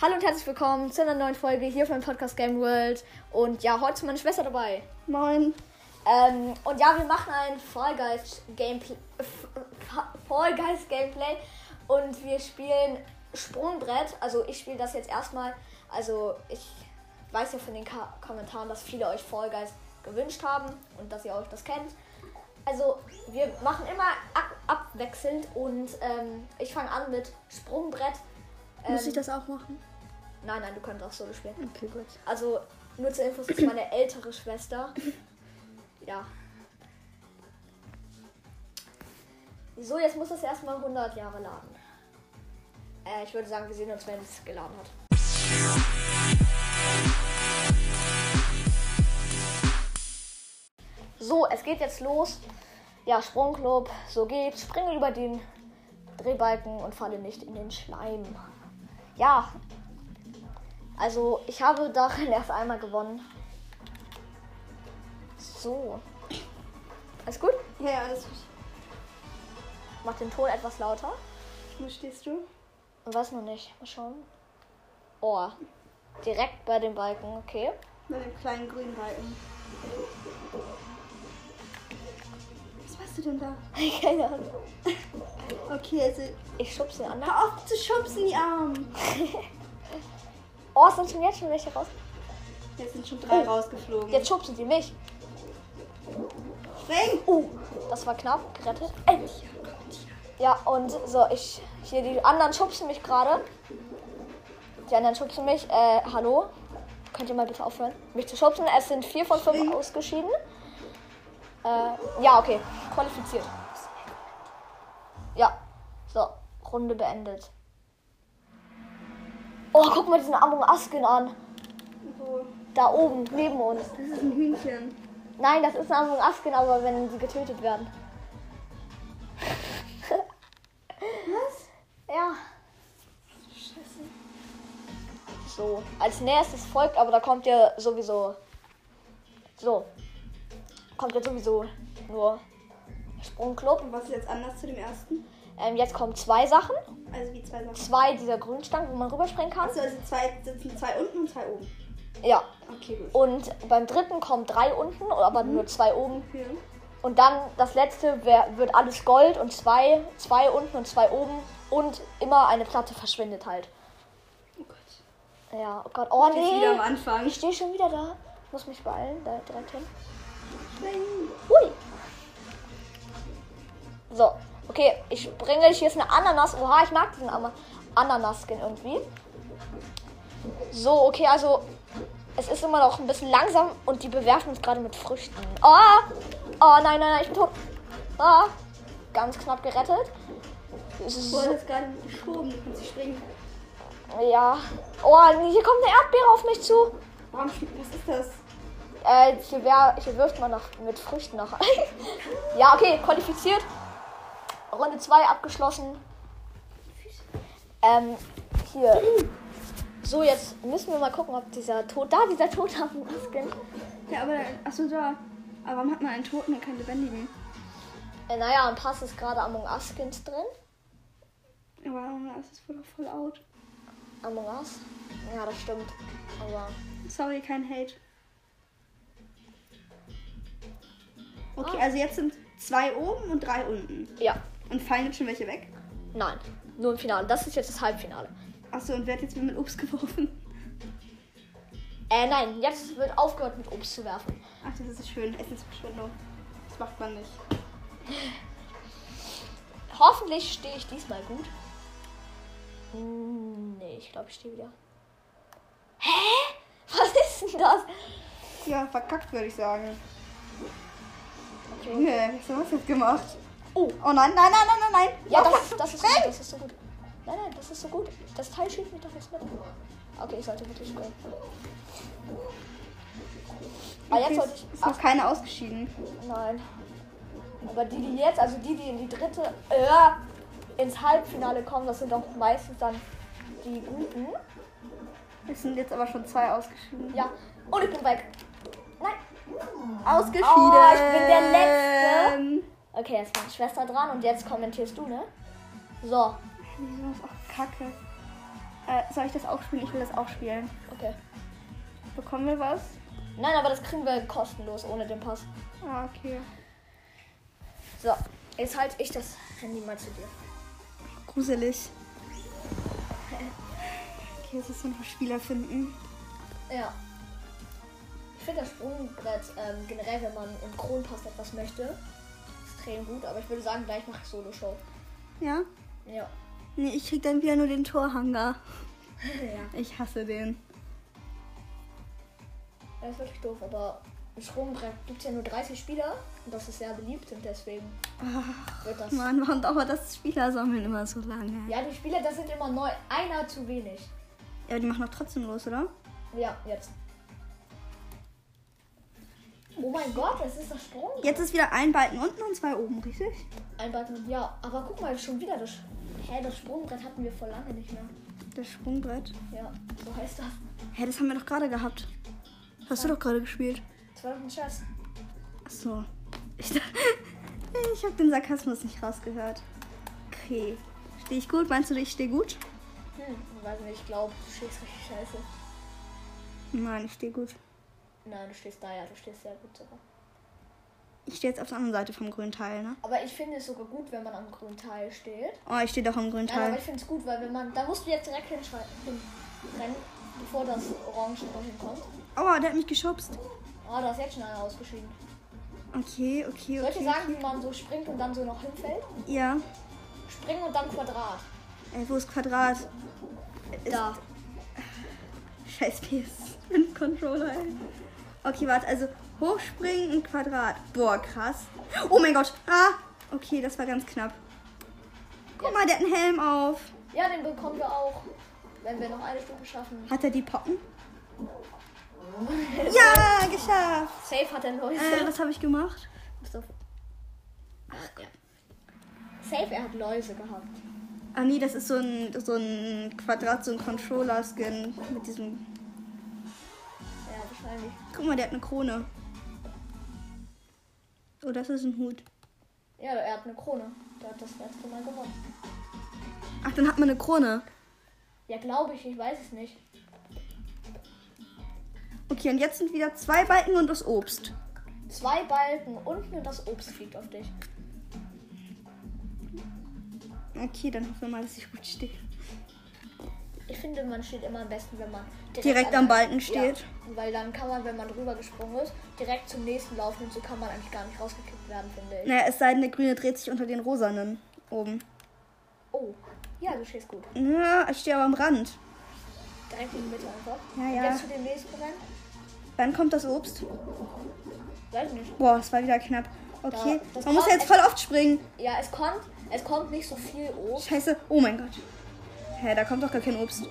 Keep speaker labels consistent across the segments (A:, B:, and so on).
A: Hallo und herzlich willkommen zu einer neuen Folge hier vom Podcast Game World. Und ja, heute ist meine Schwester dabei.
B: Moin.
A: Ähm, und ja, wir machen ein Fall Guys Gameplay. F- F- Fall Guys Gameplay. Und wir spielen Sprungbrett. Also ich spiele das jetzt erstmal. Also ich weiß ja von den Ka Kommentaren, dass viele euch Fall Guys gewünscht haben und dass ihr euch das kennt. Also wir machen immer ab abwechselnd und ähm, ich fange an mit Sprungbrett.
B: Muss
A: Ähm,
B: ich das auch machen?
A: Nein, nein, du kannst auch Solo spielen.
B: Okay, gut.
A: Also, nur zur Info, es ist meine ältere Schwester. Ja. So, jetzt muss das erstmal 100 Jahre laden. Äh, ich würde sagen, wir sehen uns, wenn es geladen hat. So, es geht jetzt los. Ja, Sprungclub, so geht's. Springe über den Drehbalken und falle nicht in den Schleim. Ja, also, ich habe darin erst einmal gewonnen. So. Alles gut?
B: Ja, ja, alles gut.
A: Mach den Ton etwas lauter.
B: Wo stehst du?
A: Und was noch nicht? Mal schauen. Oh. Direkt bei dem Balken, okay.
B: Bei dem kleinen grünen Balken. Was machst du denn da?
A: Keine Ahnung.
B: Okay, also.
A: Ich schubse den anderen.
B: Hör auf zu schubsen, die Armen.
A: Oh, es sind schon jetzt schon welche raus.
B: Jetzt sind schon drei
A: Oh.
B: rausgeflogen.
A: Jetzt schubsen sie mich.
B: spring!
A: Oh, das war knapp. Gerettet. Ey. Ja, und so, ich. Hier, die anderen schubsen mich gerade. Die anderen schubsen mich. Äh, hallo? Könnt ihr mal bitte aufhören, mich zu schubsen? Es sind vier von fünf
B: Schwing.
A: ausgeschieden. Äh, ja, okay. Qualifiziert. Ja. So, Runde beendet. Oh, guck mal diesen Among Asken an.
B: Wo?
A: Da oben, neben uns.
B: Das ist ein Hühnchen.
A: Nein, das ist eine Among Asken, aber wenn sie getötet werden.
B: Was?
A: Ja.
B: Scheiße.
A: So, als nächstes folgt, aber da kommt ja sowieso. So. Kommt ja sowieso nur Sprungclub.
B: Und was ist jetzt anders zu dem ersten?
A: Ähm, jetzt kommen zwei Sachen.
B: Also wie zwei Sachen.
A: Zwei dieser Grünstangen, wo man rüberspringen kann.
B: Achso, also zwei sitzen zwei unten und zwei oben.
A: Ja.
B: Okay, gut.
A: Und beim dritten kommen drei unten, aber nur zwei oben.
B: Hier.
A: Und dann das letzte wär, wird alles Gold und zwei, zwei unten und zwei oben. Und immer eine Platte verschwindet halt.
B: Oh Gott.
A: Ja, oh Gott. Oh
B: Jetzt wieder am
A: nee.
B: Anfang.
A: Ich stehe schon wieder da. Ich muss mich beeilen. Da direkt hin.
B: Spring!
A: Hui. So, okay, ich bringe dich. Hier ist eine Ananas. Oha, ich mag diesen Ama- Ananas-Skin irgendwie. So, okay, also es ist immer noch ein bisschen langsam und die bewerfen uns gerade mit Früchten. Oh, oh nein, nein, nein, ich bin tot. Ah, ganz knapp gerettet.
B: Du
A: So,
B: wurdest gerade geschoben, du kannst nicht springen.
A: ja. Oh, hier kommt eine Erdbeere auf mich zu.
B: Warum spielt, was ist das?
A: Äh, hier, wär, hier wirft man nach, mit Früchten nach. ja, okay, qualifiziert. Runde 2 abgeschlossen. Ähm, hier. So, jetzt müssen wir mal gucken, ob dieser Tod. Da, dieser Tod am Masken.
B: Ja, aber dann, achso, da. Aber warum hat man einen Toten und keinen Lebendigen?
A: Äh, naja, ein Pass ist gerade Among Us Skins drin.
B: Aber das ist voll, voll out.
A: Among Us. Ja, das stimmt. Aber.
B: Sorry, kein Hate. Okay,
A: Ah.
B: also jetzt sind zwei oben und drei unten.
A: Ja,
B: Und fallen jetzt schon welche weg?
A: nein. Nur im Finale. Das ist jetzt das Halbfinale.
B: Achso, und wer hat jetzt wieder mit Obst geworfen?
A: Äh, nein, jetzt wird aufgehört mit Obst zu werfen.
B: Ach, das ist schön. Essensverschwendung. Das macht man nicht.
A: Hoffentlich stehe ich diesmal gut. Hm, Nee, ich glaube, ich stehe wieder. Hä? Was ist denn das?
B: Ja, verkackt würde ich sagen.
A: Okay.
B: Junge, was hast du jetzt gemacht?
A: Oh.
B: Oh nein, nein, nein, nein, nein, nein.
A: Ja, das, das, ist so gut, das ist so gut. Nein, nein, das ist so gut. Das Teil schießt mich doch jetzt mit. Okay, ich sollte wirklich springen. Ah,
B: Okay,
A: jetzt sollte
B: jetzt
A: ich.
B: ist
A: Ach,
B: noch keiner ausgeschieden.
A: nein. Aber die, die jetzt, also die, die in die dritte, äh, ins Halbfinale kommen, das sind doch meistens dann die Guten.
B: Es sind jetzt aber schon zwei ausgeschieden.
A: Ja. Und ich bin weg. Nein.
B: Ausgeschieden.
A: Oh, ich bin der Letzte. Okay, jetzt war die Schwester dran und jetzt kommentierst du, ne? So.
B: Das ist auch kacke. Äh, soll ich das auch spielen? Ich will das auch spielen.
A: Okay.
B: Bekommen wir was?
A: Nein, aber das kriegen wir kostenlos ohne den Pass.
B: Ah, okay.
A: So, jetzt halte ich das Handy mal zu dir.
B: Gruselig. Okay, jetzt müssen wir noch Spieler finden.
A: Ja. Ich finde das Sprungbrett ähm, generell, wenn man im Kronpass etwas möchte, extrem gut. Aber ich würde sagen, gleich mache ich Solo-Show.
B: Ja?
A: Ja.
B: Nee, ich krieg dann wieder nur den Torhanger.
A: ja.
B: Ich hasse den.
A: Das ist wirklich doof, aber im Sprungbrett gibt es ja nur 30 Spieler und das ist sehr beliebt und deswegen wird das.
B: Mann, warum dauert das Spielersammeln immer so lange? Ja.
A: Ja, die Spieler, das sind immer neu. Einer zu wenig.
B: aber die machen doch trotzdem los, oder?
A: Ja, jetzt. Oh mein Gott, das ist das Sprungbrett.
B: Jetzt ist wieder ein Balken unten und zwei oben, richtig?
A: Ein Button, ja. Aber guck mal, schon wieder das. Hä, das Sprungbrett hatten wir vor lange nicht mehr.
B: Das Sprungbrett.
A: Ja, so heißt das.
B: Hä, das haben wir doch gerade gehabt. Hast du doch gerade gespielt.
A: Das war doch ein Scherz.
B: Ach so. Ich, dach- ich habe den Sarkasmus nicht rausgehört. Okay. Stehe ich gut? Meinst du, ich stehe gut?
A: Hm, weiß nicht, ich glaube, du stehst richtig scheiße.
B: Nein, ich stehe gut.
A: Nein, du stehst da, ja, du stehst sehr gut sogar.
B: Ich stehe jetzt auf der anderen Seite vom grünen Teil, ne?
A: Aber ich finde es sogar gut, wenn man am grünen Teil steht.
B: Oh, ich stehe doch am grünen
A: Nein, aber
B: Teil.
A: ich finde es gut, weil wenn man. Da musst du jetzt direkt hinschreiten. Rennen, bevor das Orange noch hinkommt.
B: Oh, der hat mich geschubst.
A: Ah, da ist jetzt schon einer ausgeschieden.
B: Okay, okay,
A: Soll ich dir
B: okay.
A: sagen, wie man so springt und dann so noch hinfällt?
B: Ja.
A: Springen und dann Quadrat.
B: Ey, wo ist Quadrat? Ist-
A: Da.
B: Scheiß PS5-Controller. Okay, warte, also hochspringen und Quadrat. Boah, krass. Oh mein Gott. Ah, okay, das war ganz knapp. Guck mal, der hat einen Helm auf.
A: Ja, den bekommen wir auch. Wenn wir noch eine Stufe schaffen.
B: Hat er die Pocken? Ja, geschafft.
A: Safe hat er Läuse.
B: Äh, was habe ich gemacht?
A: Bist du- Ach, ja. Safe, er hat Läuse gehabt.
B: Ah, nee, das ist so ein, so ein Quadrat, so ein Controller-Skin mit diesem...
A: Ja, wahrscheinlich.
B: Guck mal, der hat eine Krone. Oh, das ist ein Hut.
A: Ja, er hat eine Krone. Der hat das letzte Mal gewonnen.
B: Ach, dann hat man eine Krone.
A: Ja, glaube ich, ich weiß es nicht.
B: Okay, und jetzt sind wieder zwei Balken und das Obst.
A: Zwei Balken unten und das Obst fliegt auf dich.
B: Okay, dann hoffen wir mal, dass ich gut stehe.
A: Ich finde, man steht immer am besten, wenn man
B: Direkt am Balken steht.
A: Ja, weil dann kann man, wenn man drüber gesprungen ist, direkt zum nächsten laufen und so kann man eigentlich gar nicht rausgekickt werden, finde ich.
B: Naja, es sei denn, der Grüne dreht sich unter den Rosanen oben.
A: Oh, ja, du stehst gut.
B: Ja, ich stehe aber am Rand.
A: Direkt in die Mitte einfach.
B: Ja,
A: Und
B: ja.
A: Jetzt zu dem nächsten Rennen?
B: Wann kommt das Obst?
A: Weiß nicht.
B: Boah, es war wieder knapp. Okay,
A: Ja, das
B: man muss
A: war-
B: ja jetzt voll oft springen.
A: Ja, es kommt, es kommt nicht so viel Obst.
B: Scheiße, oh mein Gott. Hä, da kommt doch gar kein Obst.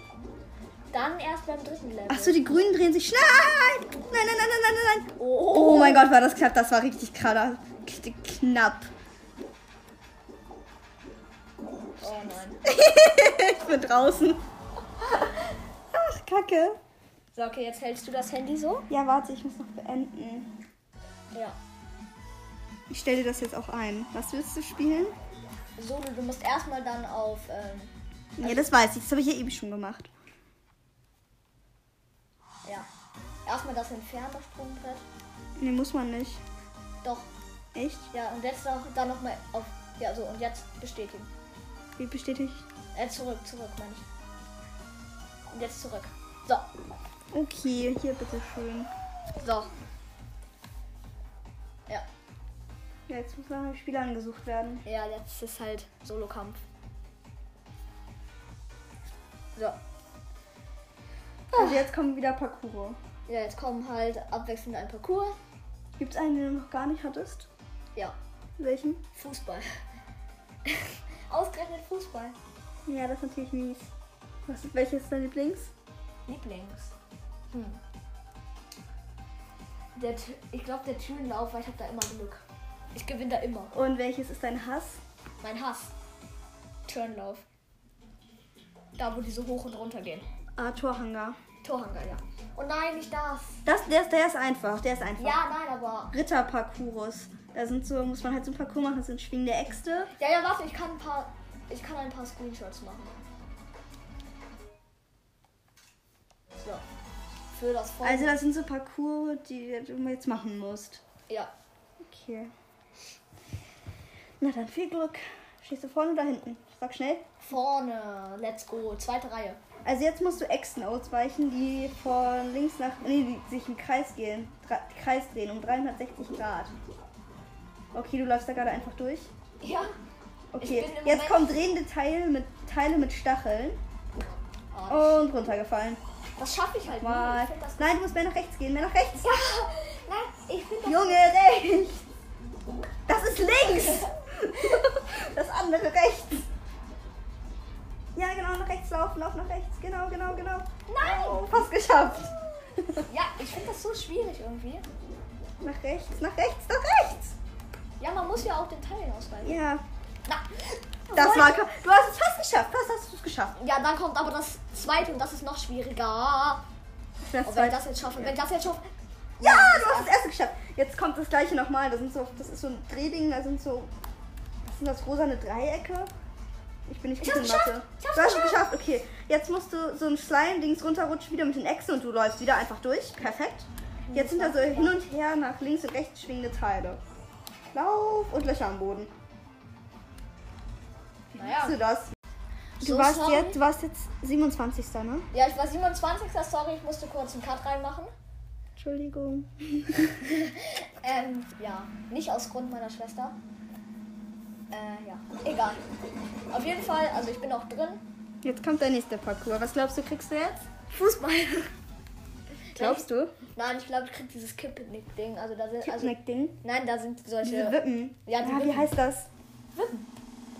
A: Dann erst beim dritten Level.
B: Achso, die Grünen drehen sich. Nein! Nein, nein, nein, nein, nein, nein.
A: Oh.
B: Oh mein Gott, war das knapp. Das war richtig krass. K- Knapp.
A: oh nein.
B: Ich bin draußen. Ach, kacke.
A: So, okay, jetzt hältst du das Handy so?
B: Ja, warte, ich muss noch beenden.
A: Ja.
B: Ich stelle dir das jetzt auch ein. Was willst du spielen?
A: Solo, du musst erstmal dann auf. Ähm,
B: Ja, das weiß ich. Das habe ich ja eben schon gemacht.
A: ja. Erstmal das entfernte Sprungbrett.
B: Nee, muss man nicht.
A: Doch.
B: Echt?
A: Ja, und jetzt noch, dann nochmal auf. Ja, so, und jetzt bestätigen.
B: Wie bestätigt?
A: Äh, zurück, zurück, meine ich. Und jetzt zurück. So,
B: Okay, hier bitte schön.
A: so. Ja,
B: Ja, jetzt muss noch ein Spieler angesucht werden.
A: ja, jetzt ist halt Solo-Kampf. So,
B: Also jetzt kommen wieder Parcours.
A: ja, jetzt kommen halt abwechselnd ein Parcours.
B: Gibt es einen, den du noch gar nicht hattest?
A: Ja,
B: Welchen?
A: Fußball. Ausgerechnet Fußball.
B: Ja, das ist natürlich mies. Was, welches ist dein Lieblings?
A: Lieblings. Hm. Der, Tü- ich glaube, der Türenlauf, weil ich habe da immer Glück. Ich gewinne da immer.
B: Und welches ist dein Hass?
A: Mein Hass. Turnlauf. Da, wo die so hoch und runter gehen.
B: Ah, Torhanger.
A: Torhanger, ja. Oh nein, nicht das.
B: Das, der, ist- der ist einfach. Der ist einfach.
A: Ja, nein, aber.
B: Ritterparcours. Da sind so, muss man halt so ein Parcours machen. Das sind schwingende Äxte.
A: Ja, ja, warte, ich kann ein paar. Ich kann ein paar Screenshots machen. für das Folgen.
B: Also das sind so Parcours, die du jetzt machen musst.
A: ja.
B: Okay. Na dann viel Glück. Schießt du vorne oder hinten? Sag schnell.
A: Vorne. Let's go. Zweite Reihe.
B: Also jetzt musst du Echsen ausweichen, die von links nach nee, die sich im Kreis gehen, Dra Kreis drehen um 360 Grad. Okay, du läufst da gerade einfach durch.
A: Ja.
B: Okay,
A: bin im Moment-
B: jetzt kommen drehende Teile mit Teile mit Stacheln
A: Ah,
B: und runtergefallen.
A: das schaffe Oh, ich halt nie.
B: Mal.
A: Ich find das
B: Nein, du musst mehr nach rechts gehen, mehr nach rechts.
A: Ja, nein, ich finde das.
B: Junge, rechts. Das ist links. Das andere rechts. Ja, genau, nach rechts laufen, lauf nach rechts. Genau, genau, genau.
A: Nein!
B: Oh, fast geschafft.
A: Ja, ich finde das so schwierig irgendwie.
B: Nach rechts, nach rechts, nach rechts.
A: Ja, man muss ja auch den Teilen ausweichen.
B: Ja,
A: Na,
B: das
A: Leute.
B: war. Du hast es fast geschafft. Fast hast du es geschafft.
A: Ja, dann kommt aber das zweite und das ist noch schwieriger.
B: Das
A: Oh, wenn
B: zweite-
A: ich das jetzt schaffe, wenn ich das jetzt schaffe.
B: ja, du hast das erste geschafft. Jetzt kommt das gleiche nochmal. Das, sind so, das ist so ein Drehding. Da sind so. Was sind das? Rosane Dreiecke? Ich bin nicht
A: Ich
B: gut in
A: hab's
B: Mathe.
A: geschafft. Ich hab's
B: du hast es geschafft. Okay, jetzt musst du so ein Slime-Dings runterrutschen, wieder mit den Echsen und du läufst wieder einfach durch. Perfekt. Jetzt sind da so hin und her nach links und rechts schwingende Teile. Lauf und Löcher am Boden.
A: Naja.
B: Hast du das? Du,
A: So
B: warst
A: sorry.
B: jetzt, du warst jetzt 27. Ne?
A: Ja, ich war 27. Sorry, ich musste kurz einen Cut reinmachen.
B: Entschuldigung.
A: Ähm, ja. Nicht aus Grund meiner Schwester. Äh, ja. Egal. Auf jeden Fall, also ich bin auch drin.
B: Jetzt kommt der nächste Parcours. Was glaubst du, kriegst du jetzt?
A: Fußball.
B: Glaubst du?
A: Nein, ich glaube, ich krieg dieses Kippnick-Ding. Also da sind. Also,
B: Picknick-Ding?
A: nein, da sind
B: Diese
A: solche.
B: Wippen.
A: Ja, die
B: ah, wie
A: Wippen.
B: heißt das?
A: Wippen.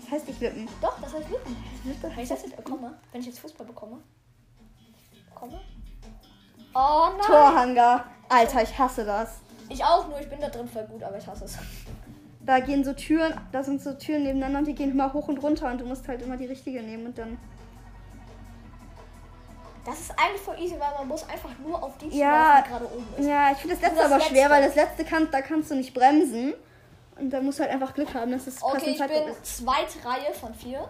B: Das heißt nicht Wippen.
A: Doch, das heißt Wippen.
B: Wippen
A: Wenn ich das jetzt bekomme, wenn ich jetzt Fußball bekomme. Bekomme. Oh nein!
B: Torhanger. Alter, ich hasse das.
A: Ich auch, nur ich bin da drin voll gut, aber ich hasse es.
B: Da gehen so Türen, da sind so Türen nebeneinander und die gehen immer hoch und runter und du musst halt immer die richtige nehmen und dann.
A: Das ist eigentlich voll easy, weil man muss einfach nur auf die
B: Ja.
A: laufen, die gerade oben ist.
B: Ja, ich finde das letzte
A: das
B: aber schwer,
A: letzte.
B: weil das letzte kann, da kannst du nicht bremsen. Und da musst du halt einfach Glück haben, dass es
A: Okay,
B: passend
A: ich
B: Zeitpunkt
A: bin zweite Reihe von vier.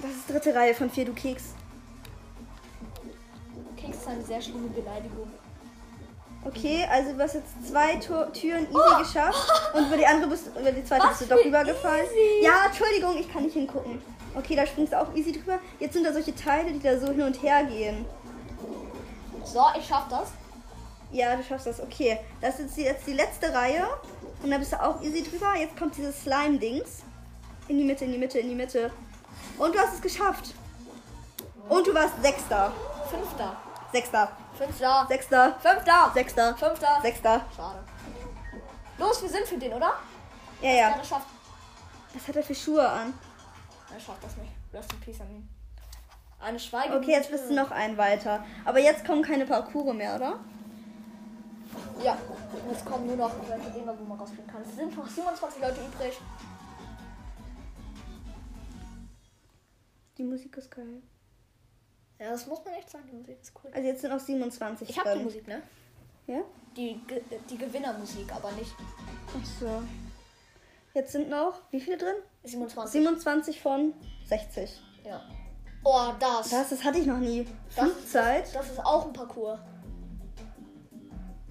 B: Das ist dritte Reihe von vier, du Keks.
A: Keks ist eine sehr schlimme Beleidigung.
B: Okay, also du hast jetzt zwei Tor Türen easy
A: Oh!
B: geschafft und über die andere bist über die zweite
A: Was
B: bist du doch
A: für
B: rübergefallen.
A: easy!
B: Ja, Entschuldigung, ich kann nicht hingucken. Okay, da springst du auch easy drüber. Jetzt sind da solche Teile, die da so hin und her gehen.
A: So, ich schaff das.
B: Ja, du schaffst das. Okay, das ist jetzt die letzte Reihe und da bist du auch easy drüber. Jetzt kommt dieses Slime Dings in die Mitte, in die Mitte, in die Mitte. Und du hast es geschafft. Und du warst sechster.
A: Fünfter.
B: Sechster.
A: Fünfter.
B: Sechster.
A: Fünfter.
B: Sechster.
A: Fünfter.
B: Sechster.
A: Schade. Los, wir sind für den, oder?
B: Ja,
A: Ja,
B: ja.
A: der schafft.
B: Was hat er für Schuhe an?
A: Er schafft das nicht. Rest in peace an ihn. Eine Schweige.
B: Okay, jetzt bist du noch ein weiter. Aber jetzt kommen keine Parcours mehr, oder?
A: Ja, und jetzt kommen nur noch Leute, sehen wir, wo man rausfliegen kann. Es sind noch 27 Leute übrig.
B: Die Musik ist geil.
A: Ja, das muss man echt sagen, die Musik ist cool.
B: Also jetzt sind auch 27
A: Ich habe die Musik, ne?
B: Ja?
A: Die, Ge- äh, die Gewinnermusik, aber nicht
B: Ach so. Jetzt sind noch, wie viele drin?
A: 27.
B: 27 von 60.
A: Ja. Oh, das. Das,
B: Das, das hatte ich noch nie.
A: Das-
B: Flugzeit.
A: ist auch ein Parcours.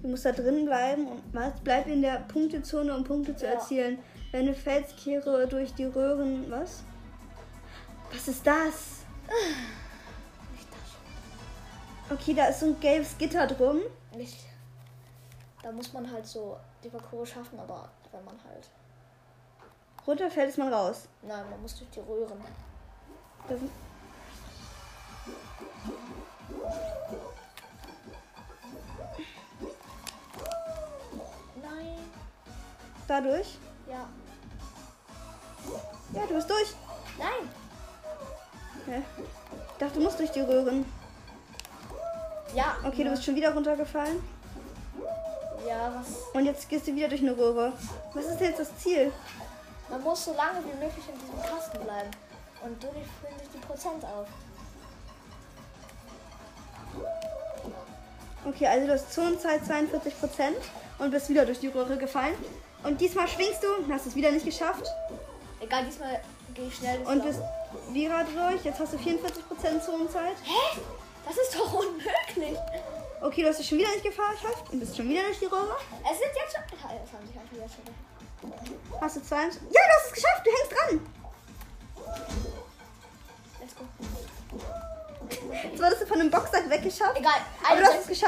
B: Du musst da drin bleiben und was? bleib in der Punktezone, um Punkte zu
A: Ja.
B: erzielen. Wenn du fällst, kehre durch die Röhren. Was? Was ist das?
A: Nicht das.
B: Okay, da ist so ein gelbes Gitter drum.
A: Nicht. Da muss man halt so die Parcours schaffen, aber wenn man halt.
B: Runterfällt, ist man raus.
A: Nein, man muss durch die Röhren.
B: Da sind-
A: Nein.
B: Dadurch?
A: Ja.
B: Ja, du bist durch.
A: Nein.
B: Hä? Ich dachte, du musst durch die Röhren.
A: Ja.
B: Okay, du bist schon wieder runtergefallen.
A: Ja, was.
B: Und jetzt gehst du wieder durch eine Röhre. Was ist jetzt das Ziel?
A: Man muss so lange wie möglich in diesem Kasten bleiben. Und dadurch füllen sich die Prozent auf.
B: Okay, also du hast Zonenzeit 42% und bist wieder durch die Röhre gefallen. Und diesmal schwingst du, und hast es wieder nicht geschafft.
A: Egal, diesmal gehe ich schnell.
B: Und bist wieder durch. Jetzt hast du 44% Zonenzeit.
A: Hä? Das ist doch unmöglich.
B: Okay, du hast es schon wieder nicht Gefahr geschafft und bist schon wieder durch die Röhre.
A: Es sind jetzt schon. Ah, Es haben sich einfach jetzt schon.
B: Hast du zwei? Ja, du hast es geschafft. Du hängst dran.
A: Let's go.
B: Jetzt wurdest du von einem Boxsack weggeschafft.
A: Egal. Also
B: Aber du hast es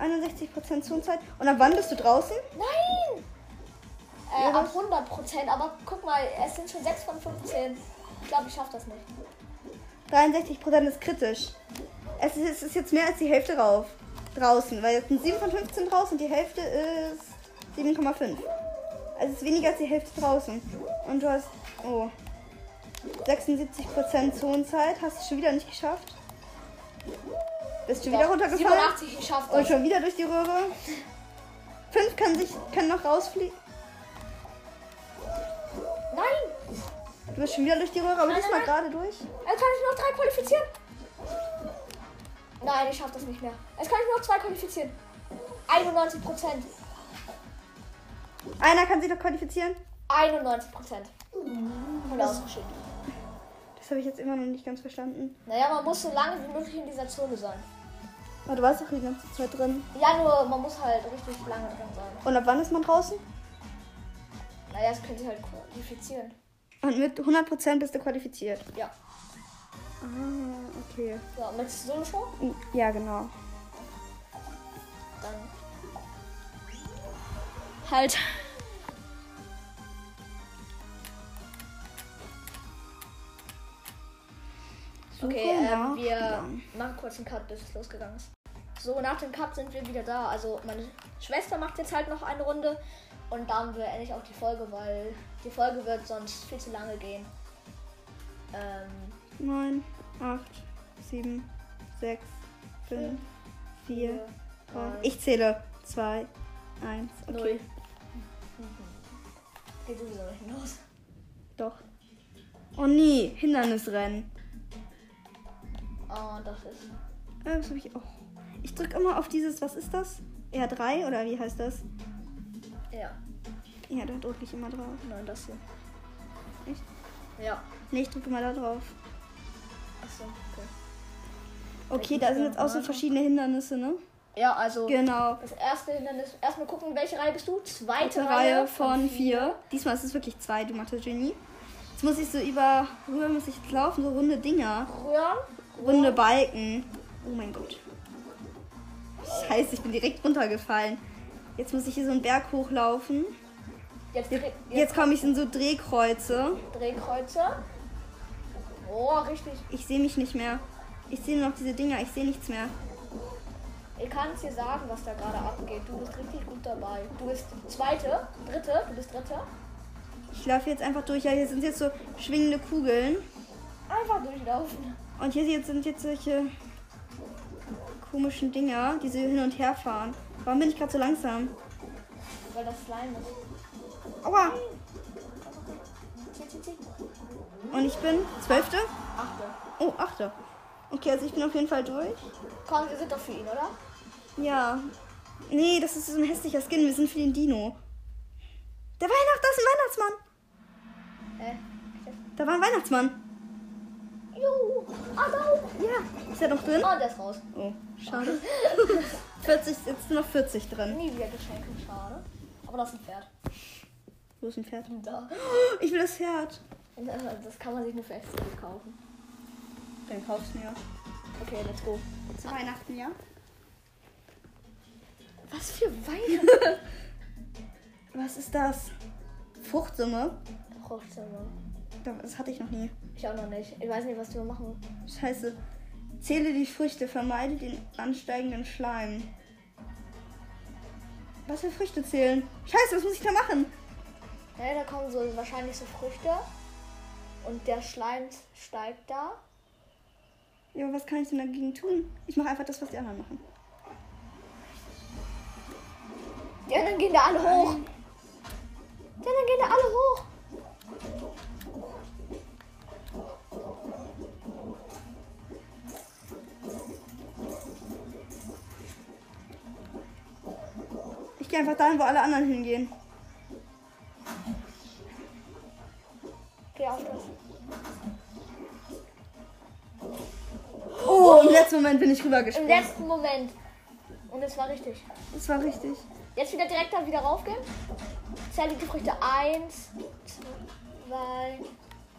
A: 61.
B: geschafft. 61% Zunzeit. Und ab wann bist du draußen?
A: Nein! Äh,
B: Ja,
A: ab
B: was?
A: 100 Prozent. Aber guck mal, es sind schon 6 von 15. Ich glaube, ich schaffe das nicht.
B: 63% ist kritisch. Es ist, es ist jetzt mehr als die Hälfte rauf. Draußen. Weil jetzt sind 7 von 15 draußen und die Hälfte ist 7,5. Also es ist weniger als die Hälfte draußen. Und du hast. Oh. 76% Zonenzeit. Hast du schon wieder nicht geschafft. Bist du wieder
A: Doch,
B: runtergefallen? Oh,
A: 87, ich schaffe
B: Und
A: das.
B: schon wieder durch die Röhre. Fünf kann sich kann noch rausfliegen.
A: Nein!
B: Du bist schon wieder durch die Röhre, aber
A: Nein,
B: diesmal
A: nein,
B: gerade durch.
A: Jetzt kann ich nur noch 3 qualifizieren. Nein, ich schaffe das nicht mehr. Jetzt kann ich nur noch 2 qualifizieren. 91 Prozent.
B: Einer kann sich noch qualifizieren.
A: 91 Prozent.
B: Mhm.
A: Und ausgeschieden.
B: Das habe ich jetzt immer noch nicht ganz verstanden.
A: Naja, man muss so lange wie möglich in dieser Zone sein.
B: Aber du warst doch die ganze Zeit drin.
A: Ja, nur man muss halt richtig lange drin sein.
B: Und ab wann ist man draußen?
A: Naja, das können sie halt qualifizieren.
B: Und mit 100% bist du qualifiziert.
A: Ja.
B: Ah, okay.
A: So, möchtest du so eine Show?
B: Ja, genau.
A: Dann. Halt. Okay, ähm,
B: nach
A: wir
B: Plan.
A: machen kurz einen Cut, bis es losgegangen ist. So, nach dem Cut sind wir wieder da. Also, meine Schwester macht jetzt halt noch eine Runde. Und dann beende ich auch die Folge, weil die Folge wird sonst viel zu lange gehen. Ähm,
B: 9, 8, 7, 6, 5, 4, 3.
A: drei,
B: Ich zähle. 2, 1.
A: null.
B: Okay.
A: Geht sowieso nicht hinaus.
B: Doch. Oh nee, Hindernisrennen.
A: Oh, das ist.
B: Äh, was hab ich auch? Ich drück immer auf dieses, was ist das? R3 oder wie heißt das?
A: Ja,
B: Ja, da drücke ich immer drauf.
A: nein, das hier.
B: Echt?
A: Ja,
B: Nee, ich drücke immer da drauf.
A: achso, okay.
B: Okay, da sind jetzt auch so verschiedene Hindernisse, ne?
A: Ja, also.
B: Genau.
A: Das erste Hindernis. Erstmal gucken, welche Reihe bist du? Zweite
B: Zweite Reihe von vier. Diesmal ist es wirklich zwei, du Mathe Genie. Jetzt muss ich so über, rüber muss ich jetzt laufen, so runde Dinger.
A: Röhren.
B: Runde Balken. Oh mein Gott. Scheiße, ich bin direkt runtergefallen. Jetzt muss ich hier so einen Berg hochlaufen.
A: Jetzt, dreh, jetzt
B: Jetzt komme ich in so Drehkreuze.
A: Drehkreuze. Oh, richtig.
B: Ich sehe mich nicht mehr. Ich sehe nur noch diese Dinger, ich sehe nichts mehr.
A: Ich kann es dir sagen, was da gerade abgeht. Du bist richtig gut dabei. Du bist zweite, dritte, du bist dritte.
B: Ich laufe jetzt einfach durch. Ja, hier sind jetzt so schwingende Kugeln.
A: Einfach durchlaufen.
B: Und hier jetzt sind jetzt solche komischen Dinger, die so hin und her fahren. Warum bin ich gerade so langsam?
A: Weil das Slime ist.
B: Aua!
A: Zieh, zieh, zieh.
B: Und ich bin Zwölfte?
A: Achte.
B: Oh, Achte. Okay, also ich bin auf jeden Fall durch.
A: Komm, wir sind doch für ihn, oder?
B: Ja. Nee, das ist so ein hässlicher Skin. Wir sind für den Dino. Der Weihnacht, das ist ein Weihnachtsmann.
A: Äh.
B: Da war ein Weihnachtsmann.
A: Juhu. Ah, da oben.
B: Ja. Ist er noch drin?
A: Oh, der ist raus.
B: Oh, schade. 40, jetzt sind noch 40 drin.
A: Nie wieder Geschenke, schade. Aber das ist ein Pferd.
B: Wo ist ein Pferd?
A: Da.
B: Ich will das Pferd.
A: Das kann man sich nur für extra kaufen.
B: Dann kauf's mir.
A: Okay, let's go.
B: Zu Weihnachten, ja?
A: Was für Weihnachten?
B: Was ist das? Fruchtsumme?
A: Hochzimmer.
B: Das hatte ich noch nie.
A: Ich auch noch nicht. Ich weiß nicht, was wir machen.
B: Scheiße. Zähle die Früchte, vermeide den ansteigenden Schleim. Was für Früchte zählen? Scheiße, was muss ich da machen?
A: Ja, da kommen so wahrscheinlich so Früchte. Und der Schleim steigt da.
B: Ja, aber was kann ich denn dagegen tun? Ich mache einfach das, was die anderen machen.
A: Die anderen gehen da alle hoch. Die anderen gehen da alle hoch.
B: Ich gehe einfach dahin, wo alle anderen hingehen.
A: Geh auf das.
B: Oh, im letzten Moment bin ich
A: Im
B: rübergesprungen.
A: letzten Moment. Und es war richtig.
B: Das war richtig.
A: Jetzt wieder direkt da wieder raufgehen. Zähl die Früchte. Eins, zwei,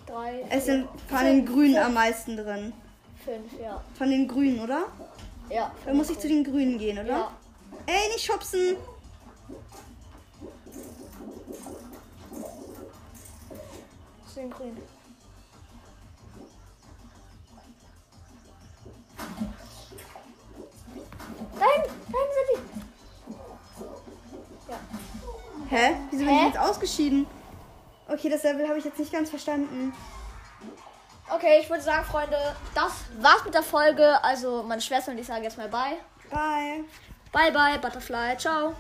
A: drei, vier,
B: Es sind von den Grünen am meisten drin.
A: fünf. Ja.
B: Von den Grünen, oder?
A: ja
B: Dann muss ich zu den Grünen gehen, oder?
A: Ja.
B: Ey, nicht schubsen!
A: Zu den Grünen. Da hinten, da hinten sind die. Ja.
B: Hä? Wieso bin ich
A: Hä?
B: jetzt ausgeschieden? Okay, das Level habe ich jetzt nicht ganz verstanden.
A: Okay, ich würde sagen, Freunde, das war's mit der Folge. Also, meine Schwester und ich sagen jetzt mal bye.
B: Bye.
A: Bye, bye, Butterfly. Ciao.